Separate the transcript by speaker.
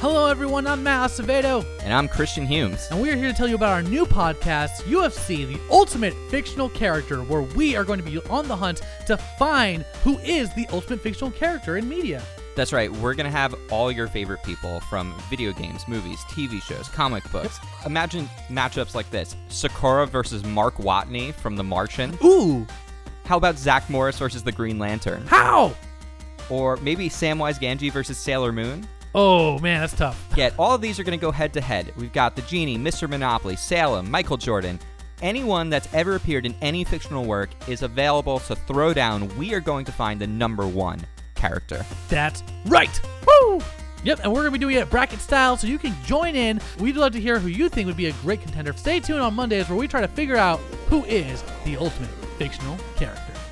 Speaker 1: Hello, everyone. I'm Matt Acevedo,
Speaker 2: And I'm Christian Humes.
Speaker 1: and we are here to tell you about our new podcast, UFC The Ultimate Fictional Character, where we are going to be on the hunt to find who is the ultimate fictional character in media.
Speaker 2: That's right, we're going to have all your favorite people from video games, movies, TV shows, comic books. Imagine matchups like this Sakura versus Mark Watney from The Martian.
Speaker 1: Ooh,
Speaker 2: How about Zach Morris versus the Green Lantern?
Speaker 1: how?
Speaker 2: Or maybe Samwise Ganji versus Sailor Moon?
Speaker 1: Oh, man, that's tough.
Speaker 2: Yet all of these are going to go head to head. We've got The Genie, Mr. Monopoly, Salem, Michael Jordan. Anyone that's ever appeared in any fictional work is available to throw down. We are going to find the number one character.
Speaker 1: That's right. Woo! Yep, and we're going to be doing it bracket style, so you can join in. We'd love to hear who you think would be a great contender. Stay tuned on Mondays where we try to figure out who is the ultimate fictional character.